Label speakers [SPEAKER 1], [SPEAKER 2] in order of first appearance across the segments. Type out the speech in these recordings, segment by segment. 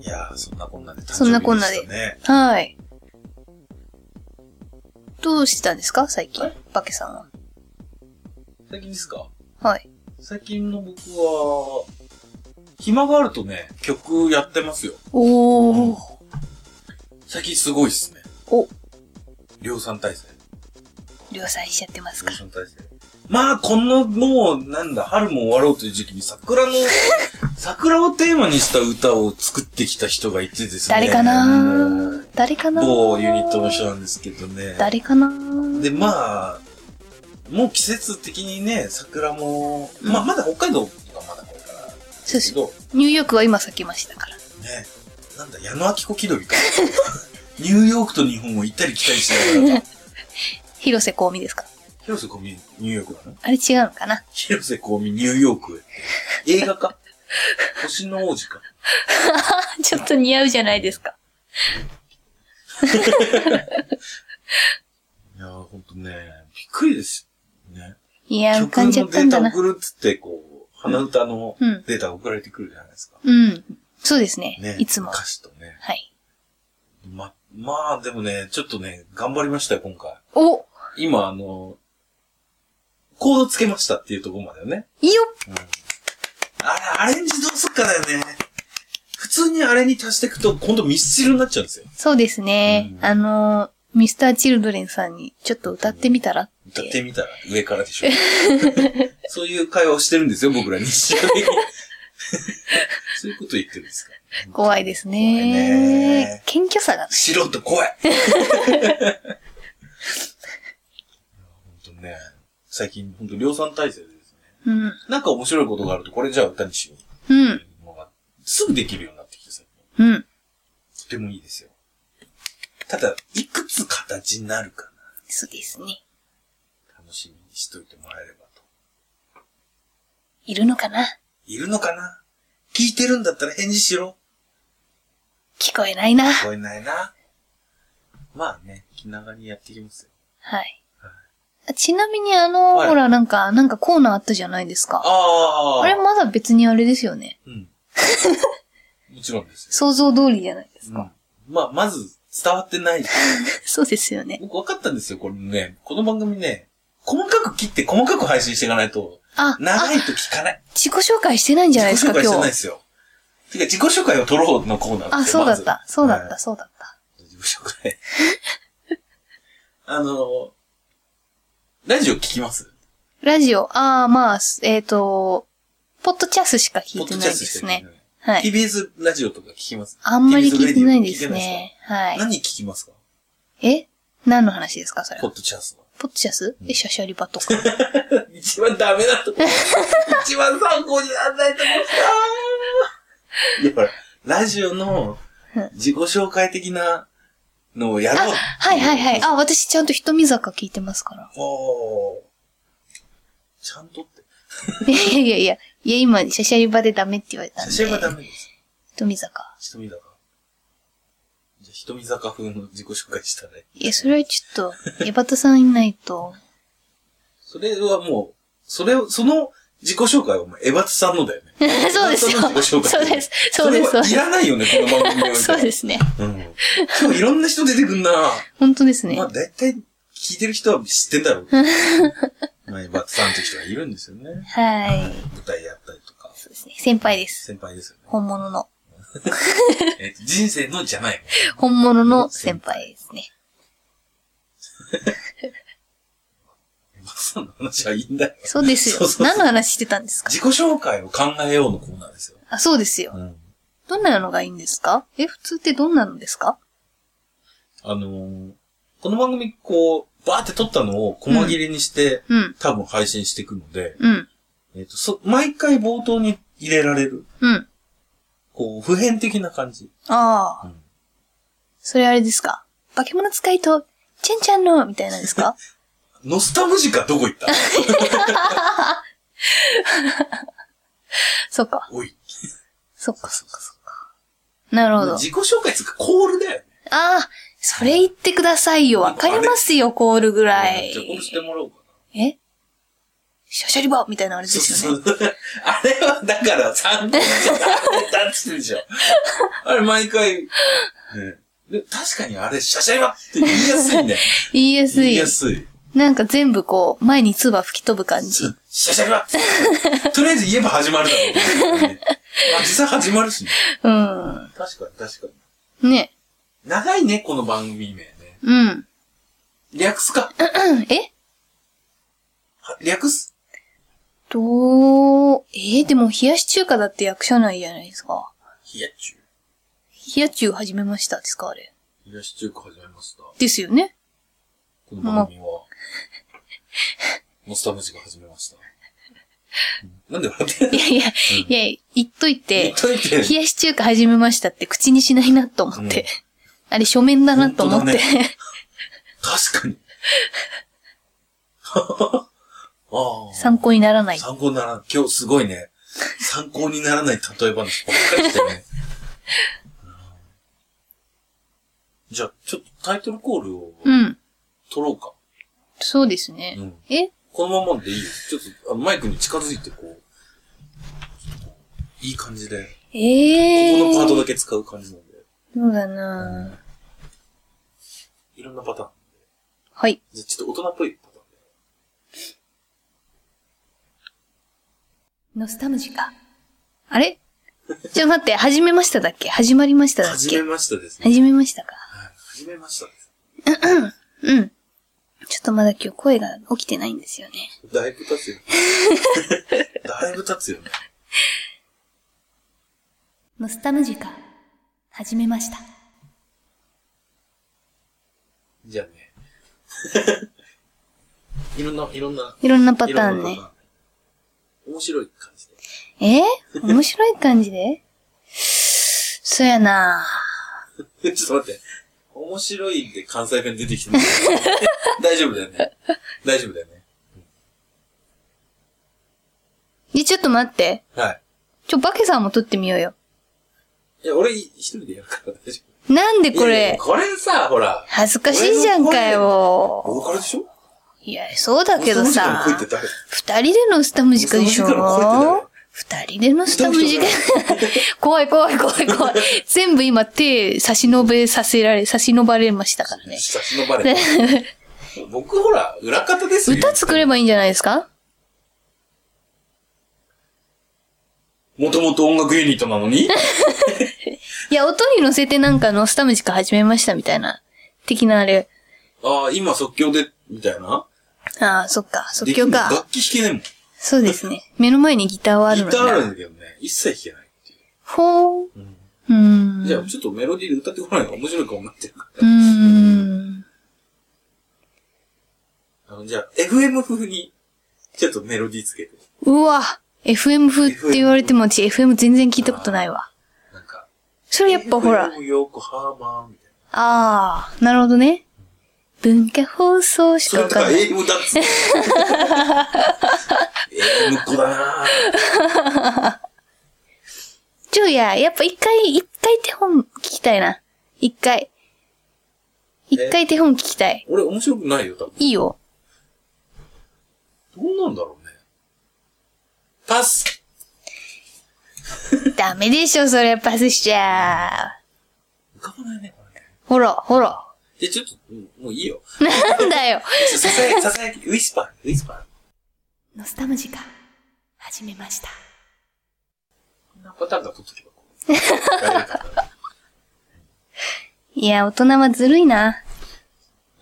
[SPEAKER 1] いやー、そんなこんなで、
[SPEAKER 2] そんなこんな
[SPEAKER 1] 誕生
[SPEAKER 2] で
[SPEAKER 1] 日したね。
[SPEAKER 2] はい。どうしてたんですか最近
[SPEAKER 1] はい。
[SPEAKER 2] バケさんは。
[SPEAKER 1] 最近ですか
[SPEAKER 2] はい。
[SPEAKER 1] 最近の僕は、暇があるとね、曲やってますよ。
[SPEAKER 2] おー。
[SPEAKER 1] 最近すごいっすね。
[SPEAKER 2] お
[SPEAKER 1] 量産体制。
[SPEAKER 2] 量産しちゃってます
[SPEAKER 1] 量
[SPEAKER 2] か。
[SPEAKER 1] 産体制。まあ、この、もう、なんだ、春も終わろうという時期に 桜の、桜をテーマにした歌を作ってきた人がいてですね。
[SPEAKER 2] 誰か
[SPEAKER 1] も
[SPEAKER 2] な
[SPEAKER 1] う
[SPEAKER 2] 誰かな
[SPEAKER 1] 某ユニットの人なんですけどね。
[SPEAKER 2] 誰かな
[SPEAKER 1] で、まあ、もう季節的にね、桜も、まあ、まだ北海道とかまだこれからだ
[SPEAKER 2] そ
[SPEAKER 1] け
[SPEAKER 2] うそう。
[SPEAKER 1] ど、
[SPEAKER 2] ニューヨークは今咲きましたから。
[SPEAKER 1] ね、なんだ、矢野明子気取りか。 ニューヨークと日本を行ったり来たりし ながら、
[SPEAKER 2] 広瀬香美ですか
[SPEAKER 1] 広瀬香美、ニューヨークなの
[SPEAKER 2] あれ違うのかな
[SPEAKER 1] 広瀬香美、ニューヨークへ。映画 か星の王子か。
[SPEAKER 2] ちょっと似合うじゃないですか。
[SPEAKER 1] いやー、ほんとね、びっくりですよ。ね。
[SPEAKER 2] いやー、
[SPEAKER 1] 曲の
[SPEAKER 2] 浮かんじ
[SPEAKER 1] デ
[SPEAKER 2] ゃったん
[SPEAKER 1] ー
[SPEAKER 2] だ
[SPEAKER 1] タ
[SPEAKER 2] な。
[SPEAKER 1] 送るっつって、こう、鼻歌の
[SPEAKER 2] うん。
[SPEAKER 1] データ送られてくるじゃないですか。
[SPEAKER 2] うん。そうですね。
[SPEAKER 1] ね。
[SPEAKER 2] いつも。
[SPEAKER 1] 歌詞とね。
[SPEAKER 2] はい。
[SPEAKER 1] ま、まあ、でもね、ちょっとね、頑張りましたよ、今回。
[SPEAKER 2] お
[SPEAKER 1] 今、あの、コードつけましたっていうところまでよね。
[SPEAKER 2] いいよ
[SPEAKER 1] うん。あれ、アレンジどうすっかだよね。普通にあれに足していくと、今度ミスチルになっちゃうんですよ。
[SPEAKER 2] そうですね
[SPEAKER 1] う。ん
[SPEAKER 2] あのー、ミスターチルドレンさんに、ちょっと歌ってみたらっ
[SPEAKER 1] 歌って
[SPEAKER 2] て。
[SPEAKER 1] みたら、上からでし ょ。そういう会話をしてるんですよ、僕 ら日常的に。そういうこと言ってるんですか。
[SPEAKER 2] 怖いです
[SPEAKER 1] 怖い
[SPEAKER 2] ね
[SPEAKER 1] ね。
[SPEAKER 2] 謙虚さが。
[SPEAKER 1] 素人怖いいや本当ね、最近本当量産体制でですね、
[SPEAKER 2] うん。
[SPEAKER 1] なんか面白いことがあると、これじゃあ歌にしようっ
[SPEAKER 2] うん
[SPEAKER 1] て。いうのが、すぐできるようになってきて最近
[SPEAKER 2] うん。
[SPEAKER 1] とてもいいですよ。ただ、いくつ形になるか
[SPEAKER 2] そうですね。
[SPEAKER 1] な、楽しみにしといてもらえればと。
[SPEAKER 2] いるのかない
[SPEAKER 1] るのかな聞いてるんだったら返事しろ。
[SPEAKER 2] 聞こえないな。
[SPEAKER 1] 聞こえないな。まあね、気長にやっていきますよ。
[SPEAKER 2] はい。あちなみにあの、
[SPEAKER 1] はい
[SPEAKER 2] ほら、なんか、なんかコーナーあったじゃないですか。
[SPEAKER 1] あ
[SPEAKER 2] あれまだ別にあれですよね。
[SPEAKER 1] うん。もちろんですよ。
[SPEAKER 2] 想像通りじゃないです
[SPEAKER 1] う
[SPEAKER 2] か。
[SPEAKER 1] ん、まあ、まず伝わってない。
[SPEAKER 2] そうですよね。
[SPEAKER 1] 僕分かったんですよ、これね。この番組ね、細かく切って細かく配信していかないと、
[SPEAKER 2] あ、
[SPEAKER 1] 長
[SPEAKER 2] あ
[SPEAKER 1] いと聞かない。
[SPEAKER 2] 自己紹介してないんじゃないです
[SPEAKER 1] 自己紹
[SPEAKER 2] か、
[SPEAKER 1] 介して
[SPEAKER 2] 今
[SPEAKER 1] ないで
[SPEAKER 2] 日。
[SPEAKER 1] すよ。てか、自己紹介を取ろうのコーナーですよ
[SPEAKER 2] あ、そうだっ
[SPEAKER 1] ま
[SPEAKER 2] た。そうだっ
[SPEAKER 1] は
[SPEAKER 2] た、そうだった。
[SPEAKER 1] ず自己紹介。 あの、ラジオ聞きます
[SPEAKER 2] ラジオ、ああ、まあ、すえっと、ポッドキャスしか聞いてないで
[SPEAKER 1] し
[SPEAKER 2] す
[SPEAKER 1] か聞い
[SPEAKER 2] ね
[SPEAKER 1] て。ない
[SPEAKER 2] はい。
[SPEAKER 1] TBS ラジオとか聞きます
[SPEAKER 2] あんまり聞いてないで
[SPEAKER 1] TBS
[SPEAKER 2] す
[SPEAKER 1] ラジオ聞いてない
[SPEAKER 2] ね。は
[SPEAKER 1] か
[SPEAKER 2] い。
[SPEAKER 1] 何聞きますか
[SPEAKER 2] え何の話ですか、それ
[SPEAKER 1] ポッ
[SPEAKER 2] は。
[SPEAKER 1] ドキャスト は。
[SPEAKER 2] ポッドキャスえ、シャシャリバ とか。
[SPEAKER 1] 一番ダメだとこ。 一番参考にならないとこ来たいや、ほら、ラジオの自己紹介的なのをやろう。
[SPEAKER 2] はいはいはい。あ、私ちゃんと瞳坂聞いてますから。
[SPEAKER 1] おーちゃんとって。
[SPEAKER 2] いやいやいや、いや今、シャシャリバでダメって言われたん
[SPEAKER 1] 写
[SPEAKER 2] で。
[SPEAKER 1] 真はダメです。
[SPEAKER 2] 瞳坂。
[SPEAKER 1] 瞳坂。じゃあ、瞳坂風の自己紹介したね。
[SPEAKER 2] いや、それはちょっと、エバタさんいない と。
[SPEAKER 1] それはもう、それを、その自己紹介はもう、エバツさんのだよね。
[SPEAKER 2] そうですよ。
[SPEAKER 1] エバツさん
[SPEAKER 2] そ
[SPEAKER 1] の自己紹介
[SPEAKER 2] うです。 そうです。そう
[SPEAKER 1] それ
[SPEAKER 2] で
[SPEAKER 1] はいらないよね、この番組においては。
[SPEAKER 2] す。 そうですね。
[SPEAKER 1] うん。今日いろんな人出てくんな
[SPEAKER 2] 本当ですね
[SPEAKER 1] ま。あ、だいたい聞いてる人は知ってんだ ろう。まあ、エバツさんって人がいるんですよね。
[SPEAKER 2] はい。
[SPEAKER 1] 舞台やったりとか。
[SPEAKER 2] そうですね。先輩です。
[SPEAKER 1] 先輩ですよね。
[SPEAKER 2] 本物の。
[SPEAKER 1] えっと人生のじゃない。
[SPEAKER 2] 本物の先輩ですね。
[SPEAKER 1] エバツさんの話はいいんだよ。
[SPEAKER 2] そうですよ
[SPEAKER 1] そうそう。そう
[SPEAKER 2] 何の話してたんですか
[SPEAKER 1] 自己紹介を考えようのコーナーですよ。
[SPEAKER 2] あ、そうですよ。
[SPEAKER 1] うん。
[SPEAKER 2] どんなのがいいんですかえ、普通ってどんなのですか
[SPEAKER 1] あのーこの番組こう、バーって撮ったのを細切れにして、
[SPEAKER 2] うん。
[SPEAKER 1] 多分配信していくので、
[SPEAKER 2] うん。
[SPEAKER 1] えっ、と、そ、毎回冒頭に入れられる、
[SPEAKER 2] うん。
[SPEAKER 1] こう、普遍的な感じ。
[SPEAKER 2] ああ。
[SPEAKER 1] うん
[SPEAKER 2] それあれですか化け物使いと、ちゃんちゃんの、みたいなんです か
[SPEAKER 1] ノスタムジカどこ行った
[SPEAKER 2] そっか。
[SPEAKER 1] おい。
[SPEAKER 2] そっかそっかそっか。なるほど。あ
[SPEAKER 1] 自己紹介するか、コールだよね。
[SPEAKER 2] あー、それ言ってくださいよ。わかりますよ、コールぐらい
[SPEAKER 1] じゃあ、これして。もらおうか
[SPEAKER 2] えシャシャリバーみたいなあれ
[SPEAKER 1] な。
[SPEAKER 2] ですよね。
[SPEAKER 1] そうそう。あれは、だから、参考にしてたってるで しょ。あれ、毎回、ねで確かにあれ、シャシャリバって言いやすいね。
[SPEAKER 2] 言いやす
[SPEAKER 1] 言い
[SPEAKER 2] い
[SPEAKER 1] や。すい。
[SPEAKER 2] なんか全部こう、前に唾吹き飛ぶ感じ。
[SPEAKER 1] シャシャリバ とりあえず言えば始まるだろう、 ね。まあ、実際始まるしね。
[SPEAKER 2] うん。
[SPEAKER 1] 確かに、確かに。
[SPEAKER 2] ね。
[SPEAKER 1] 長いね、この番組名ね。
[SPEAKER 2] うん。
[SPEAKER 1] 略すか。
[SPEAKER 2] え
[SPEAKER 1] は略す
[SPEAKER 2] どう、えー、でも冷やし中華だって役者ないじゃないですか。
[SPEAKER 1] 冷や中。
[SPEAKER 2] 冷や中始めましたですかあれ。
[SPEAKER 1] 冷やし中華始めました。
[SPEAKER 2] ですよね。
[SPEAKER 1] この番組は、モスタームジが始めました。なんで笑ってんの
[SPEAKER 2] いやいや、いやいや、言っとい
[SPEAKER 1] 言
[SPEAKER 2] て
[SPEAKER 1] っ、といて。
[SPEAKER 2] 冷やし中華始めましたって口にしないなと思って。
[SPEAKER 1] うん
[SPEAKER 2] あれ書面だなと思って。
[SPEAKER 1] 本当だ確かに。ああ。
[SPEAKER 2] 参考にならない。
[SPEAKER 1] 参考にならん。今日すごいね。参考にならない例え話ばっかりしてね。うんじゃあ、ちょっとタイトルコールを
[SPEAKER 2] うん。
[SPEAKER 1] 取ろうか。
[SPEAKER 2] そうですね。
[SPEAKER 1] うん
[SPEAKER 2] え
[SPEAKER 1] このままでいいよ。ちょっと、あのマイクに近づいてこう、ちょっとこういい感じで、こ
[SPEAKER 2] え
[SPEAKER 1] こ
[SPEAKER 2] ー。
[SPEAKER 1] のパートだけ使う感じなんで、
[SPEAKER 2] そうだなぁ
[SPEAKER 1] いろんなパターン。
[SPEAKER 2] はい。
[SPEAKER 1] じゃあちょっと大人っぽいパターンで。
[SPEAKER 2] ノスタムジカ。あれちょ、待って、始めましただっけ始まりましただっ
[SPEAKER 1] 始
[SPEAKER 2] け
[SPEAKER 1] めましたですね。
[SPEAKER 2] 始めましたか
[SPEAKER 1] はい始めましたです。
[SPEAKER 2] うん。ちょっとまだ今日声が起きてないんですよね。
[SPEAKER 1] だいぶ経つ よ。だいぶ経つよね。
[SPEAKER 2] ノスタムジカ、始めました。
[SPEAKER 1] じゃあね。いろんな、いろんな。
[SPEAKER 2] いろんなパ
[SPEAKER 1] い
[SPEAKER 2] タ
[SPEAKER 1] ろ
[SPEAKER 2] ー
[SPEAKER 1] ん
[SPEAKER 2] ン
[SPEAKER 1] な
[SPEAKER 2] ね。
[SPEAKER 1] パターン。面白い感じで。
[SPEAKER 2] えー面白い感じでそやな ぁ
[SPEAKER 1] ちょっと待って。面白いで関西弁出てきて る大丈夫だよね。大丈夫だよね。
[SPEAKER 2] で、ちょっと待って。
[SPEAKER 1] はい。
[SPEAKER 2] ちょ、バケさんも撮ってみようよ。
[SPEAKER 1] いや、俺一人でやるから大丈
[SPEAKER 2] なんで
[SPEAKER 1] 夫。
[SPEAKER 2] こ
[SPEAKER 1] いやい
[SPEAKER 2] れ
[SPEAKER 1] や、これさ、ほら。
[SPEAKER 2] 恥ずかしいじゃんかよ。
[SPEAKER 1] ボーカルでしょ
[SPEAKER 2] いや、そうだけどさ
[SPEAKER 1] この人の声って誰
[SPEAKER 2] 二人でのスタムジカでしょ
[SPEAKER 1] ノスタムジカの声って
[SPEAKER 2] 二人でのスタムジカ
[SPEAKER 1] 二人。
[SPEAKER 2] 怖い怖い怖い怖い。全部今手差し伸べさせられ、差し伸ばれましたからね。
[SPEAKER 1] 差し伸ばれ た。僕ほら、裏方ですよ。
[SPEAKER 2] 歌作ればいいんじゃないですか
[SPEAKER 1] もともと音楽ユニットなのに
[SPEAKER 2] いや、音に乗せてなんかのスタムジカ始めましたみたいな。的なあれ。
[SPEAKER 1] ああ、今即興で、みたいな。
[SPEAKER 2] ああ、そっか。即
[SPEAKER 1] できん
[SPEAKER 2] 興
[SPEAKER 1] の
[SPEAKER 2] か。
[SPEAKER 1] 楽器弾けね
[SPEAKER 2] そうですね。目の前にギターはあ
[SPEAKER 1] え
[SPEAKER 2] る
[SPEAKER 1] もん。
[SPEAKER 2] の
[SPEAKER 1] ギ
[SPEAKER 2] に
[SPEAKER 1] ターある
[SPEAKER 2] な。
[SPEAKER 1] んだけどね、一切弾けないっていう
[SPEAKER 2] ほう。
[SPEAKER 1] う
[SPEAKER 2] うーん。
[SPEAKER 1] ん。じゃあ、ちょっとメロディーで歌ってこないのが面白いかもなってるか
[SPEAKER 2] うーん。
[SPEAKER 1] ら。あの、じゃあ、FM 風に、ちょっとメロディーつけて。
[SPEAKER 2] うわ。FM 風って言われても私 FM 全然聞いたことないわ。
[SPEAKER 1] なんか、
[SPEAKER 2] それやっぱほら。
[SPEAKER 1] FM 横浜みたいな。
[SPEAKER 2] ああ、なるほどね。文化放送し
[SPEAKER 1] そ
[SPEAKER 2] か
[SPEAKER 1] れ
[SPEAKER 2] わ
[SPEAKER 1] と
[SPEAKER 2] か
[SPEAKER 1] か
[SPEAKER 2] んない。
[SPEAKER 1] AM だっ つって。AM っ子だなぁ。
[SPEAKER 2] ちょいや、やっぱ一回、一回手本聞きたいな。一回。一回手本聞きたい。
[SPEAKER 1] 俺面白くないよ、多分。
[SPEAKER 2] いいよ。
[SPEAKER 1] どうなんだろうね。パス
[SPEAKER 2] ダメでしょ、それパスしちゃう。
[SPEAKER 1] 浮かばないね、これね。
[SPEAKER 2] ほら、ほら。
[SPEAKER 1] で、ちょっと、うんもういいよ。
[SPEAKER 2] なんだよ。
[SPEAKER 1] ささやき、ささやき、ウィスパー、ウィスパー。
[SPEAKER 2] ノスタムジカ、始めました。
[SPEAKER 1] こんなパターンが取っとけばこう。大丈夫 だから
[SPEAKER 2] いや、大人はずるいな。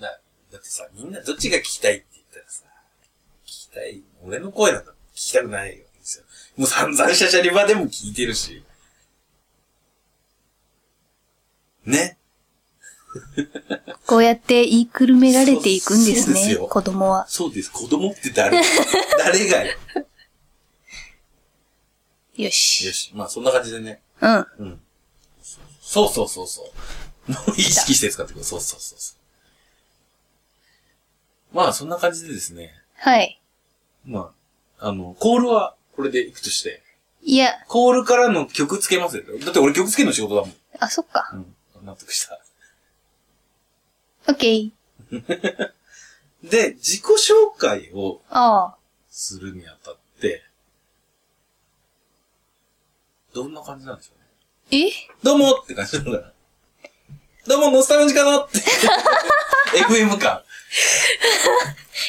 [SPEAKER 1] なだってさ、みんなどっちが聞きたいって言ったらさ、聞きたい、俺の声なんか聞きたくないよ。ですよもう散々シャシャリバでも聞いてるし。ね。
[SPEAKER 2] こうやって言いくるめられていくんです
[SPEAKER 1] そうそうです
[SPEAKER 2] ね、
[SPEAKER 1] よ
[SPEAKER 2] 子供は。
[SPEAKER 1] そうです。子供って誰誰がよ。
[SPEAKER 2] よし。
[SPEAKER 1] よし。まあそんな感じでね。
[SPEAKER 2] うん。
[SPEAKER 1] そうそうそうそう。もう意識して使ってください。そうそうそうそう。まあ、そんな感じでですね。
[SPEAKER 2] はい。
[SPEAKER 1] まあ、あの、コールはこれでいくとして。
[SPEAKER 2] いや、
[SPEAKER 1] コールからの曲つけますよ。だって俺曲つけの仕事だもん。
[SPEAKER 2] あ、そっか。
[SPEAKER 1] うん。納得した。
[SPEAKER 2] オッケー。
[SPEAKER 1] で、自己紹介を
[SPEAKER 2] ああ。
[SPEAKER 1] するにあたって、どんな感じなんでしょうね。
[SPEAKER 2] え
[SPEAKER 1] どうもって感じなのか な。どうも、ノスタルジカだって。FM か。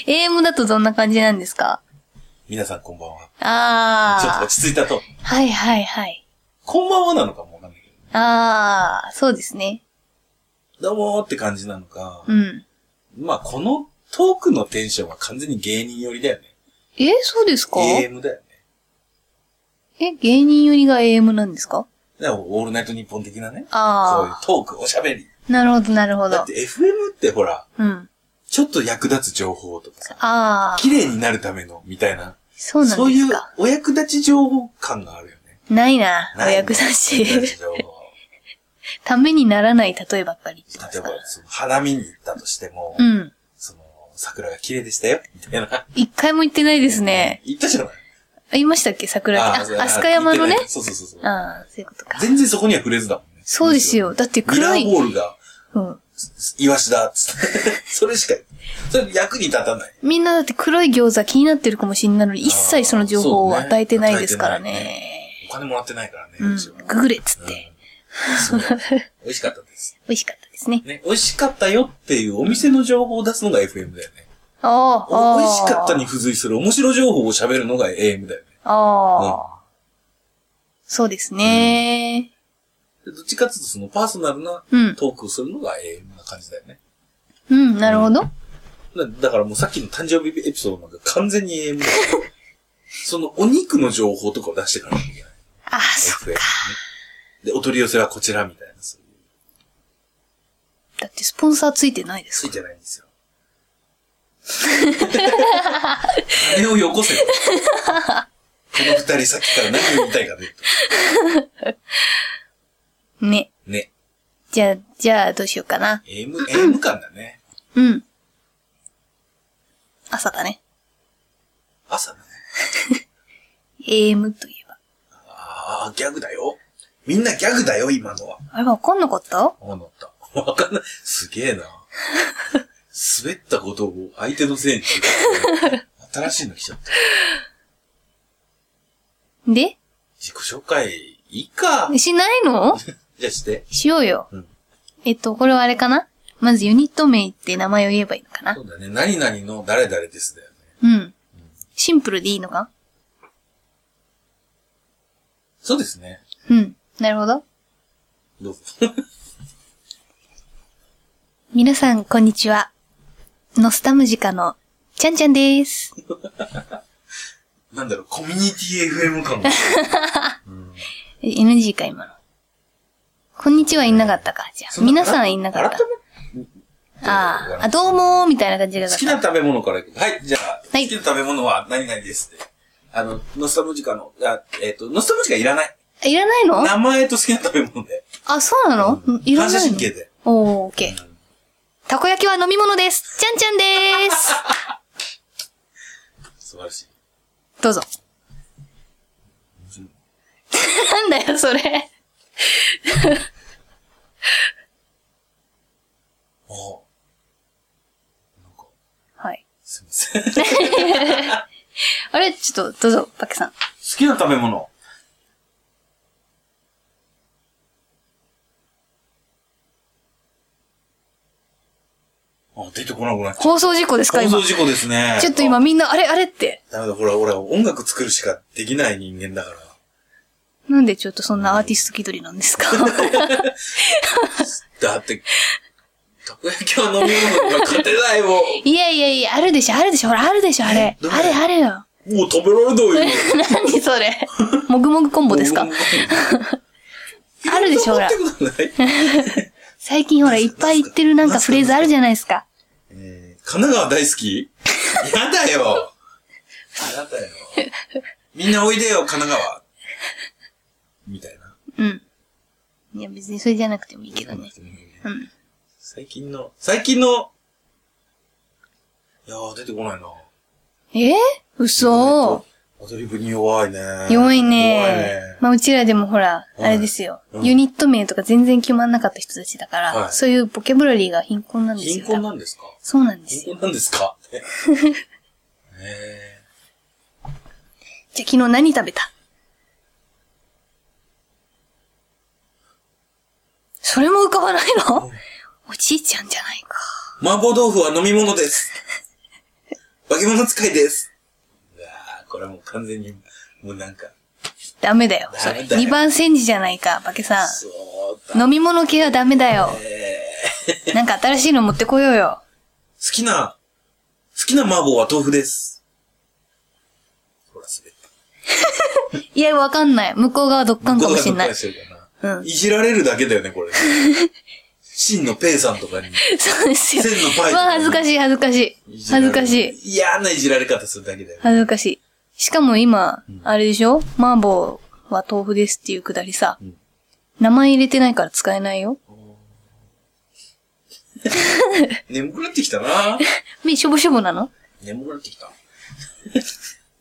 [SPEAKER 2] ?AM だとどんな感じなんですか
[SPEAKER 1] 皆さんこんばんは。ちょっと
[SPEAKER 2] ああ。
[SPEAKER 1] 落ち着いたと。
[SPEAKER 2] はいはいはい。
[SPEAKER 1] こんばんはなのかもわかんないけどね。
[SPEAKER 2] ああ、そうですね。
[SPEAKER 1] どうもって感じなのか。
[SPEAKER 2] うん。
[SPEAKER 1] まあ、このトークのテンションは完全に芸人寄りだよね。
[SPEAKER 2] え、そうですか
[SPEAKER 1] AM だよね。
[SPEAKER 2] え、芸人よりが AM なんですか
[SPEAKER 1] だからオールナイトニッポン的なね。そういう
[SPEAKER 2] あ
[SPEAKER 1] トーク、おしゃべり。
[SPEAKER 2] あ。なるほどなるほ
[SPEAKER 1] だ
[SPEAKER 2] ど
[SPEAKER 1] っ。て FM ってほら、
[SPEAKER 2] うん。
[SPEAKER 1] ちょっと役立つ情報とかさ、
[SPEAKER 2] ああ。
[SPEAKER 1] 綺麗になるための、みたいな。
[SPEAKER 2] そうなん
[SPEAKER 1] そう
[SPEAKER 2] で
[SPEAKER 1] い
[SPEAKER 2] す
[SPEAKER 1] う
[SPEAKER 2] か。
[SPEAKER 1] お役立ち情報感があるよね。
[SPEAKER 2] ないな。お
[SPEAKER 1] ない
[SPEAKER 2] 役立
[SPEAKER 1] お役立ち
[SPEAKER 2] ち。
[SPEAKER 1] 情報。
[SPEAKER 2] ためにならない例えばっかり言ってま
[SPEAKER 1] 例え
[SPEAKER 2] すか
[SPEAKER 1] ば
[SPEAKER 2] ら。、
[SPEAKER 1] その花見に行ったとしても、
[SPEAKER 2] うん。
[SPEAKER 1] その、桜が綺麗でしたよ、みたいな。
[SPEAKER 2] 一回も行ってないですね。
[SPEAKER 1] 行ったじゃない
[SPEAKER 2] あ、いましたっけ桜木。
[SPEAKER 1] そう
[SPEAKER 2] あ、飛鳥山
[SPEAKER 1] 行っ
[SPEAKER 2] のね
[SPEAKER 1] てな。いそうそうそうそう。
[SPEAKER 2] ああ、そういうことか。
[SPEAKER 1] 全然そこには触れずだもんね。
[SPEAKER 2] そうですよ。だって
[SPEAKER 1] ミラ
[SPEAKER 2] 黒
[SPEAKER 1] ー
[SPEAKER 2] い。
[SPEAKER 1] ボールが、
[SPEAKER 2] うん。
[SPEAKER 1] イワシだ、つって。 それしか、それ役に立たない。
[SPEAKER 2] みんなだって黒い餃子気になってるかもしれないのに、一切その情報を
[SPEAKER 1] あーそうね
[SPEAKER 2] 与えてないですからね。
[SPEAKER 1] お金もらってないからね、
[SPEAKER 2] うん
[SPEAKER 1] うちは。。
[SPEAKER 2] ググれっつって。
[SPEAKER 1] うんそう美味しかったです。
[SPEAKER 2] 美味しかったですね。
[SPEAKER 1] ね、美味しかったよっていうお店の情報を出すのが FM だよね。
[SPEAKER 2] あーあ
[SPEAKER 1] お
[SPEAKER 2] ー。
[SPEAKER 1] 美味しかったに付随する面白情報を喋るのが AM だよね。
[SPEAKER 2] ああ。そうですね。
[SPEAKER 1] でどっちかっていうとそのパーソナルな
[SPEAKER 2] うん。
[SPEAKER 1] トークをするのが AM な感じだよね。
[SPEAKER 2] うん、なるほど。
[SPEAKER 1] だだからもうさっきの誕生日エピソードなんか完全に AM だよねそのお肉の情報とかを出していかなきゃいけない。
[SPEAKER 2] ああ、そ
[SPEAKER 1] FM ね。で、お取り寄せはこちらみたいな、そういう。
[SPEAKER 2] う。だってスポンサーついてないで
[SPEAKER 1] つ
[SPEAKER 2] す
[SPEAKER 1] い。てないんですよ。金をよこせと。この二人さっきから何を言いたいかね。
[SPEAKER 2] ね。
[SPEAKER 1] ね。
[SPEAKER 2] じゃあ、じゃあ、どうしようかな。
[SPEAKER 1] AM、AM 感だね。
[SPEAKER 2] うん。朝だね。
[SPEAKER 1] 朝だね。
[SPEAKER 2] AM といえば。
[SPEAKER 1] ああ、ギャグだよ。みんなギャグだよ、今のは。
[SPEAKER 2] あれ、わかんなかった
[SPEAKER 1] ああ、なった。わかんない。すげえな。滑ったことを相手のせいにする。新しいの来ちゃった。
[SPEAKER 2] で
[SPEAKER 1] 自己紹介、いいか。
[SPEAKER 2] しないの
[SPEAKER 1] じゃあして。
[SPEAKER 2] しようよ。
[SPEAKER 1] うん
[SPEAKER 2] えっと、これはあれかなまずユニット名って名前を言えばいいのかな
[SPEAKER 1] そうだね。何々の誰々ですだよね。
[SPEAKER 2] うん。シンプルでいいのか
[SPEAKER 1] そうですね。
[SPEAKER 2] うん。なるほど。
[SPEAKER 1] どうぞ。
[SPEAKER 2] 皆さん、こんにちは。ノスタムジカの、ちゃんちゃんです。
[SPEAKER 1] なんだろう、コミュニティ FM 感も。
[SPEAKER 2] え NG か、今の。こんにちはいなかったか、じゃあ。
[SPEAKER 1] そ
[SPEAKER 2] 皆さんはいなかっ
[SPEAKER 1] 改
[SPEAKER 2] た。
[SPEAKER 1] め
[SPEAKER 2] ああ、あ、どうもー、みたいな感じが
[SPEAKER 1] 好きな食べ物からいく。はい、じゃあ、
[SPEAKER 2] はい
[SPEAKER 1] 好きな食べ物は何々ですって。あの、ノスタムジカの、あえっ、と、ノスタムジカいらない。
[SPEAKER 2] あいらないの
[SPEAKER 1] 名前と好きな食べ物で。
[SPEAKER 2] あ、そうなのうんいら
[SPEAKER 1] 反
[SPEAKER 2] ないの
[SPEAKER 1] 射神経で。
[SPEAKER 2] おー、オッケー。たこ焼きは飲み物です。ちゃんちゃんでーす。
[SPEAKER 1] 素晴らしい。
[SPEAKER 2] どうぞ。 なんだよ、それ。
[SPEAKER 1] おおなんか、
[SPEAKER 2] はい。
[SPEAKER 1] すいません。好
[SPEAKER 2] あれちょっと、どうぞ、パケさん。
[SPEAKER 1] きな食べ物。あ、出てこなくなっちゃう。
[SPEAKER 2] 放送事故ですか、
[SPEAKER 1] 放
[SPEAKER 2] 今
[SPEAKER 1] 送。事故ですね。
[SPEAKER 2] ちょっと今みんな、あれ、あれって。
[SPEAKER 1] ダメだ、ほら、俺は音楽作るしかできない人間だから。
[SPEAKER 2] なんでちょっとそんなアーティスト気取りなんですか
[SPEAKER 1] だって、たこ焼きは飲み物が勝てないもん。
[SPEAKER 2] いやいやいや、あるでしょ、あるでしょ、ほら、あるでしょ、あれ。
[SPEAKER 1] どれ
[SPEAKER 2] あれ、あれよ。
[SPEAKER 1] もう食べられないよ。
[SPEAKER 2] 何それ。もぐもぐコンボです か
[SPEAKER 1] もう
[SPEAKER 2] あるでしょ、ほら。
[SPEAKER 1] 持ってくのない
[SPEAKER 2] 最近ほら、いっぱい言ってるなんかフレーズあるじゃないですか。
[SPEAKER 1] えー神奈川大好きやだよ。やだよ。みんなおいでよ、神奈川。みたいな。
[SPEAKER 2] うん。いや、別にそれじゃなくてもいいけどね。うん。
[SPEAKER 1] 最近の、最近の、いやー、出てこないな。
[SPEAKER 2] えー、嘘
[SPEAKER 1] えっとアドリブに弱いね。
[SPEAKER 2] 弱い
[SPEAKER 1] 弱い
[SPEAKER 2] ね
[SPEAKER 1] ね。
[SPEAKER 2] まあ、うちらでもほら、
[SPEAKER 1] うん
[SPEAKER 2] あれですよ、
[SPEAKER 1] うん
[SPEAKER 2] ユニット名とか全然決まんなかった人たちだから、
[SPEAKER 1] はい
[SPEAKER 2] そういうボキャブラリーが貧困なんです
[SPEAKER 1] 貧
[SPEAKER 2] よ。
[SPEAKER 1] 困なんですか
[SPEAKER 2] そうなんです
[SPEAKER 1] 貧
[SPEAKER 2] よ。
[SPEAKER 1] 困なんですかねえ
[SPEAKER 2] じゃあ昨日何食べたそれも浮かばないの、おじいちゃんじゃないか。
[SPEAKER 1] 麻婆豆腐は飲み物です。化け物使いです。うわぁ、これもう完全に、もうなんか、
[SPEAKER 2] ダメだよ。そ
[SPEAKER 1] ダ
[SPEAKER 2] れ。
[SPEAKER 1] メだよ
[SPEAKER 2] 二番煎じじゃないか、バケさん。
[SPEAKER 1] そうだ。
[SPEAKER 2] 飲み物系はダメだよ。
[SPEAKER 1] えー
[SPEAKER 2] なんか新しいの持ってこようよ。
[SPEAKER 1] 好きな、好きな麻婆は豆腐です。ほら、滑った。
[SPEAKER 2] いや、わかんない。向こう側ドッカンかもしんない。
[SPEAKER 1] 向こうがどっかにしてるかな
[SPEAKER 2] うん
[SPEAKER 1] いじられるだけだよね、これ。真のペイさんとかに。
[SPEAKER 2] そうですよ。
[SPEAKER 1] 線のパイとかね
[SPEAKER 2] わあ、恥ずかしい、恥ずかしい。恥ずかしい。
[SPEAKER 1] い。嫌ないじられ方するだけだよ。
[SPEAKER 2] 恥ずかしい。しかも今、あれでしょ麻婆は豆腐ですっていうくだりさ、
[SPEAKER 1] ん
[SPEAKER 2] 名前入れてないから使えないよ。
[SPEAKER 1] 眠くなってきた な
[SPEAKER 2] 目しょぼしょぼなの
[SPEAKER 1] 眠くなってきた。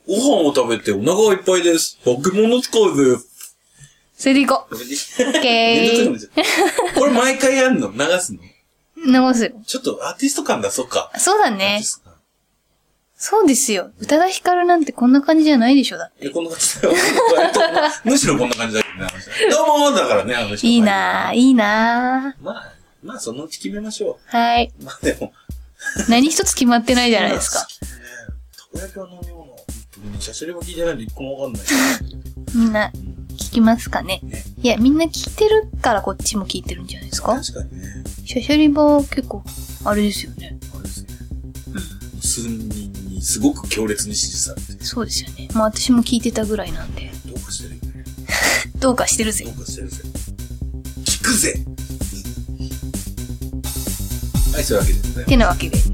[SPEAKER 1] ご飯を食べてお腹がいっぱいです。化け物使いです。
[SPEAKER 2] それで行こう。オッケー。
[SPEAKER 1] これ毎回やんの流すの
[SPEAKER 2] 流すよ。
[SPEAKER 1] ちょっとアーティスト感だ、そっか。
[SPEAKER 2] そうだ
[SPEAKER 1] アー
[SPEAKER 2] ね
[SPEAKER 1] ティ。スト感
[SPEAKER 2] そうですよ。宇多田ヒカルなんてこんな感じじゃないでしょだって。
[SPEAKER 1] え、こんな感じだよ。割と むしろこんな感じだけどね、あの人どうもだからね、あの人。
[SPEAKER 2] いいなぁ、いいなぁ。
[SPEAKER 1] まあ、まあ、そのうち決めましょ
[SPEAKER 2] はい。
[SPEAKER 1] う。まあでも。
[SPEAKER 2] 何一つ決まってないじゃないですか。
[SPEAKER 1] たこ焼きは飲み物。シャシャレは聞いてないんで一個もわかんない。
[SPEAKER 2] みんな聞きますかね
[SPEAKER 1] ね
[SPEAKER 2] いや、みんな聞いてるからこっちも聞いてるんじゃないですか
[SPEAKER 1] 確かにね。
[SPEAKER 2] シャシャリバは結構、あれですよね。
[SPEAKER 1] あれですね。数人にすごく強烈に支持されて、
[SPEAKER 2] そうですよね。まあ私も聞いてたぐらいなんで。
[SPEAKER 1] どうかしてるよね。
[SPEAKER 2] どうかしてるぜ
[SPEAKER 1] ど。うかしてるぜ。聞くぜはい、そういうわけでございます
[SPEAKER 2] てなわけで。